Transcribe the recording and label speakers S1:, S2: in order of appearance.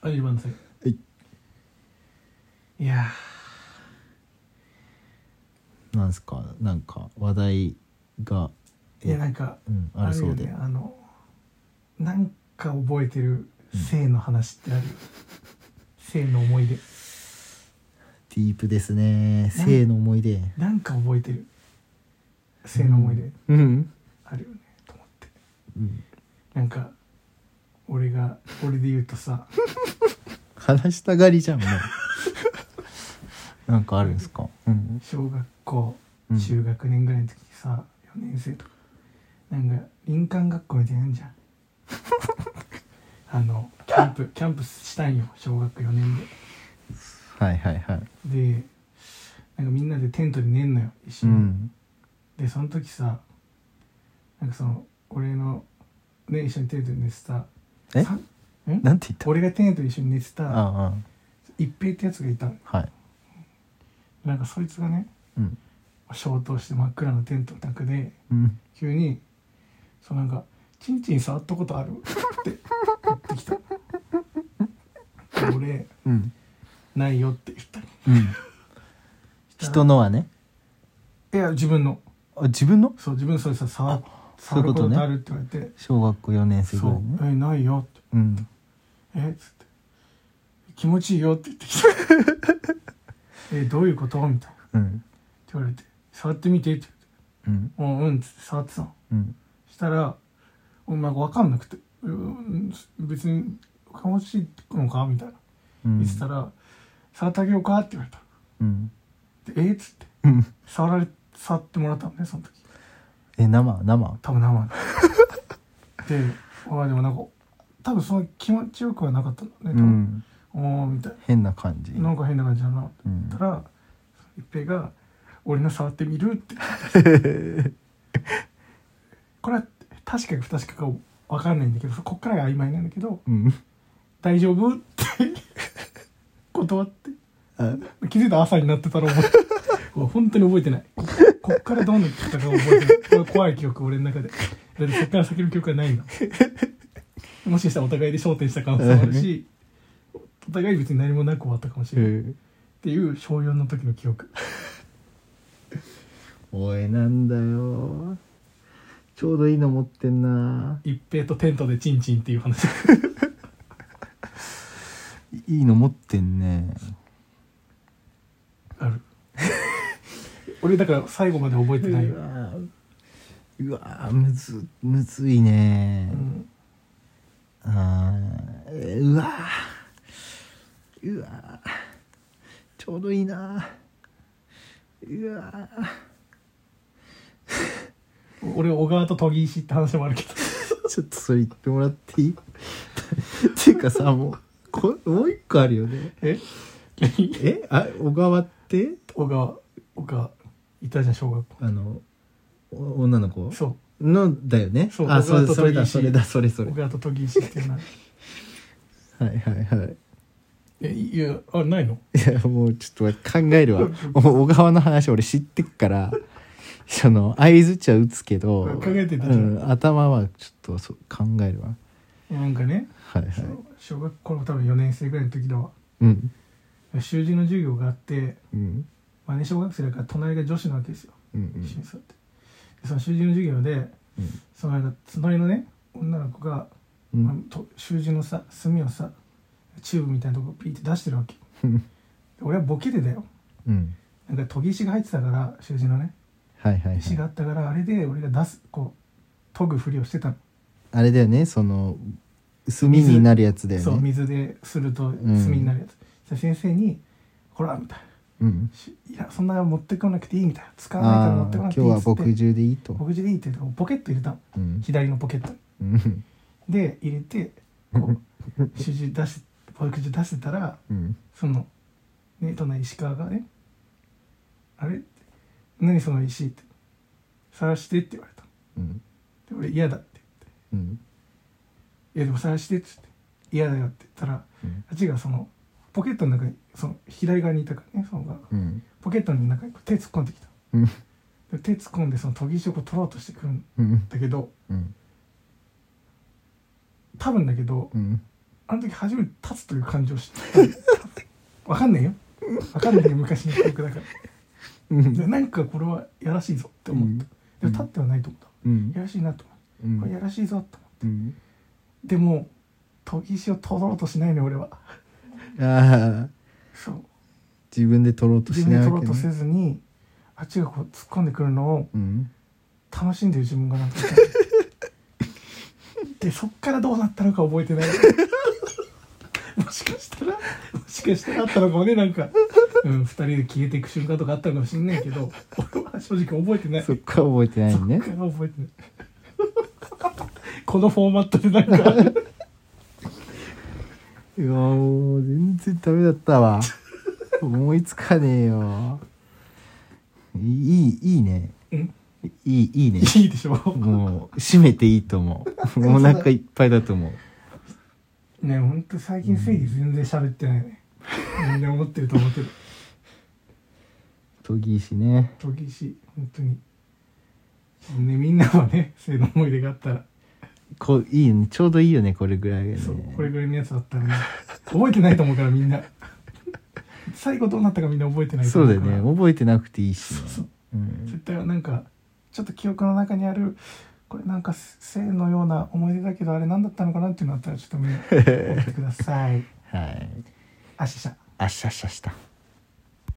S1: あい万歳
S2: はい
S1: いや
S2: なんすかなんか話題が
S1: ーいやなんか
S2: うん、あ
S1: ある
S2: るそ
S1: よ
S2: うで、
S1: ねあのなんか覚えてる性の話ってあるよ、性の思い出
S2: ディープですね性の思い出
S1: なんか覚えてる性の思い出
S2: うん、
S1: あるよね、と思って
S2: うん、
S1: なんか俺が俺で言うとさ
S2: 話したがりじゃんもう なんかあるんですかうん
S1: 小学校
S2: うん
S1: 中学年ぐらいの時にさ4年生とかなんか林間学校みたいなん じゃんあのキャンプキャンプしたんよ小学4年で
S2: はいはいはい
S1: でなんかみんなでテントで寝んのよ一
S2: う
S1: 緒に、
S2: ん
S1: でその時さなんかその俺のね一緒にテントで寝てた
S2: え
S1: さん
S2: なんて言った
S1: 俺がテントで一緒に寝て
S2: あ
S1: た
S2: あ
S1: 一平ってやつがいたのよ
S2: あはい
S1: なんかそいつがね
S2: うん
S1: 消灯して真っ暗なテントの中で
S2: うん
S1: 急にそうなんか「チンチン触ったことある?」って言ってきたで俺
S2: うん、
S1: 「ないよ」って言ったの
S2: うん、人のはね
S1: いや自分の
S2: あ自分の
S1: そう自分のそれさ触
S2: そうい
S1: 触
S2: うこ
S1: る
S2: と
S1: こ
S2: ね
S1: とあるって言われて
S2: 小学校4年生ぐ
S1: そ
S2: ら
S1: う
S2: いね
S1: 「えないよ」って
S2: うん
S1: 「えっ?」つって「気持ちいいよ」って言ってき た「えどういうこと?」みたいなって
S2: うん
S1: 言われて「触ってみて」って
S2: うん
S1: 言って「うんうん」っつって触ってたの
S2: うん
S1: したらお前分かんなくて「うん別に気持ちいいのか?」みたいな
S2: うん
S1: 言ってたら「触ってあげようか?」って言われた
S2: うん
S1: でえっ?」つって
S2: うん
S1: 触られ触ってもらったのねその時
S2: え生生
S1: 多分生の でまあでもなんか多分その気持ちよくはなかったんだね多
S2: う
S1: 分、
S2: ん
S1: おおみたい
S2: 変な感じ
S1: ななんか変な感じだなって
S2: う
S1: 言
S2: ん
S1: ったら、一平が「俺の触ってみる?」ってこれは確かか不確かか分かんないんだけどそこっからが曖昧なんだけど
S2: うん
S1: 「大丈夫?」って断って
S2: あ
S1: 気づいたら朝になってたら覚えてうわ本当に覚えてないここっからどうなったか覚えてないこれ怖い記憶俺の中でだってそっから先の記憶はないんだもしかしたらお互いで焦点した可能性もあるしお互い別に何もなく終わったかもしれないっ
S2: うん
S1: ていう小4の時の記憶
S2: おいなんだよちょうどいいの持ってんな
S1: 一平とテントでチンチンっていう話
S2: いいの持ってんね
S1: ある 俺だから最後まで覚えて
S2: う
S1: ないよ、
S2: わうわむずむずいね
S1: うん、
S2: あーうわうわちょうどいいなうわ
S1: 俺小川と研ぎ石って話もあるけど
S2: ちょっとそれ言ってもらっていいっていうかさもうこもう一個あるよね
S1: え
S2: えあ小川って
S1: 小川小川いたじゃん小学校
S2: あのお女の子
S1: そう
S2: のだよね
S1: そう
S2: あ
S1: 小
S2: そ
S1: 川
S2: う
S1: と
S2: それ
S1: 研
S2: だ
S1: ぎ師
S2: それだそれそれ
S1: 小川と研ぎ石っていうの は
S2: はいはいはい
S1: えいやあないの
S2: いやもうちょっと考えるわお小川の話俺知ってっからその相づちは打つけど
S1: 考えてたじゃん
S2: うん、頭はちょっとそう考えるわ
S1: なんかね、
S2: はいはい
S1: その小学校の多分4年生ぐらいの時だわ
S2: うん
S1: 習字の授業があって
S2: うん
S1: まあね小学生だから隣が女子なわけですよ
S2: うん
S1: 一緒に座って、でその習字の授業で
S2: うん
S1: その間隣のね女の子が、
S2: うん
S1: まあと習字のさ墨をさチューブみたいなとこピーって出してるわ けで
S2: うん
S1: 俺はボケてだよ
S2: うん
S1: なんか研ぎ石が入ってたから習字のね
S2: はいはい、
S1: 石
S2: は
S1: があ
S2: い、
S1: ったからあれで俺が出すこう研ぐふりをしてたの
S2: あれだよねその墨になるやつだよね
S1: そう水ですると
S2: ん
S1: 炭になるやつ、そしたら先生に「ほら」みたい
S2: うん
S1: なし「いやそんな持ってこなくていい」みたいな「使わないから持
S2: あ
S1: っ
S2: あ
S1: てこ
S2: 今
S1: なく
S2: 日
S1: ていい」っつって
S2: は墨汁でいいと
S1: 僕じでいい」って言ってポケット入れたの
S2: うん
S1: 左のポケットに
S2: うん
S1: で入れてこ う主人出し僕じ出してたら
S2: うん
S1: そのね隣石川がね「あれ何その石」って「晒して」って言われた
S2: うん
S1: で俺「嫌だ」って言って
S2: う
S1: 「
S2: ん
S1: いやでも晒して」っつって「嫌だよ」って言ったら
S2: うん
S1: あっちがそのポケットの中にその左側にいたからねその側が
S2: うん
S1: ポケットの中にこう手突っ込んできた
S2: うん
S1: で手突っ込んでその研ぎ石をこう取ろうとしてくるん
S2: うん
S1: だけど
S2: うん
S1: 多分だけど
S2: うん
S1: あの時初めて立つという感情を知 ったわかんねえよわかんねえよ昔の記憶だから
S2: うん
S1: でなんかこれはやらしいぞって思った、
S2: うん
S1: でも立ってはないと思った、
S2: うん
S1: やらしいなと思っ
S2: う
S1: たこれや
S2: ん
S1: らしいぞと思っ
S2: うん
S1: たでも研ぎ石を取ろうとしないね俺は
S2: ああ
S1: そう
S2: 自分で取ろうと
S1: 自
S2: し
S1: 分で
S2: ない
S1: 取ろう
S2: わ
S1: と
S2: け
S1: せ
S2: ね
S1: ずにあっちがこう突っ込んでくるのを
S2: うん
S1: 楽しんでる自分がなんかいたでそっからどうなったのか覚えてない もしかしたらもしかしたらあったのかもねなんか、うん、2人で消えていく瞬間とかあったのかもしんないけど俺は正直覚えてない
S2: そっから覚えてないのね
S1: そっから覚えてないこのフォーマットでなんか
S2: いやもう全然ダメだったわ思いつかねえよいいいいね
S1: うん
S2: いいいいね
S1: いいでしょ
S2: もう締めていいと思うもうお腹いっぱいだと思う
S1: ねえほんと最近正義全然喋ってないねみんな思ってると思うけど
S2: 研ぎ石ね
S1: 研ぎ石本当にちょっとねみんなはねそういうの思い出があったら、
S2: こういいよねちょうどいいよねこれぐらいがね
S1: そうこれぐらいのやつだったらね覚えてないと思うからみんな最後どうなったかみんな覚えてないと
S2: そう
S1: 思
S2: だ
S1: う
S2: よ
S1: から
S2: ね覚えてなくていいしね
S1: そうそう
S2: うん
S1: 絶対なんかちょっと記憶の中にあるこれなんか性のような思い出だけどあれ何だったのかな っていうのあったらちょっとみんな覚えてください
S2: はい
S1: あししゃ
S2: あしたしたした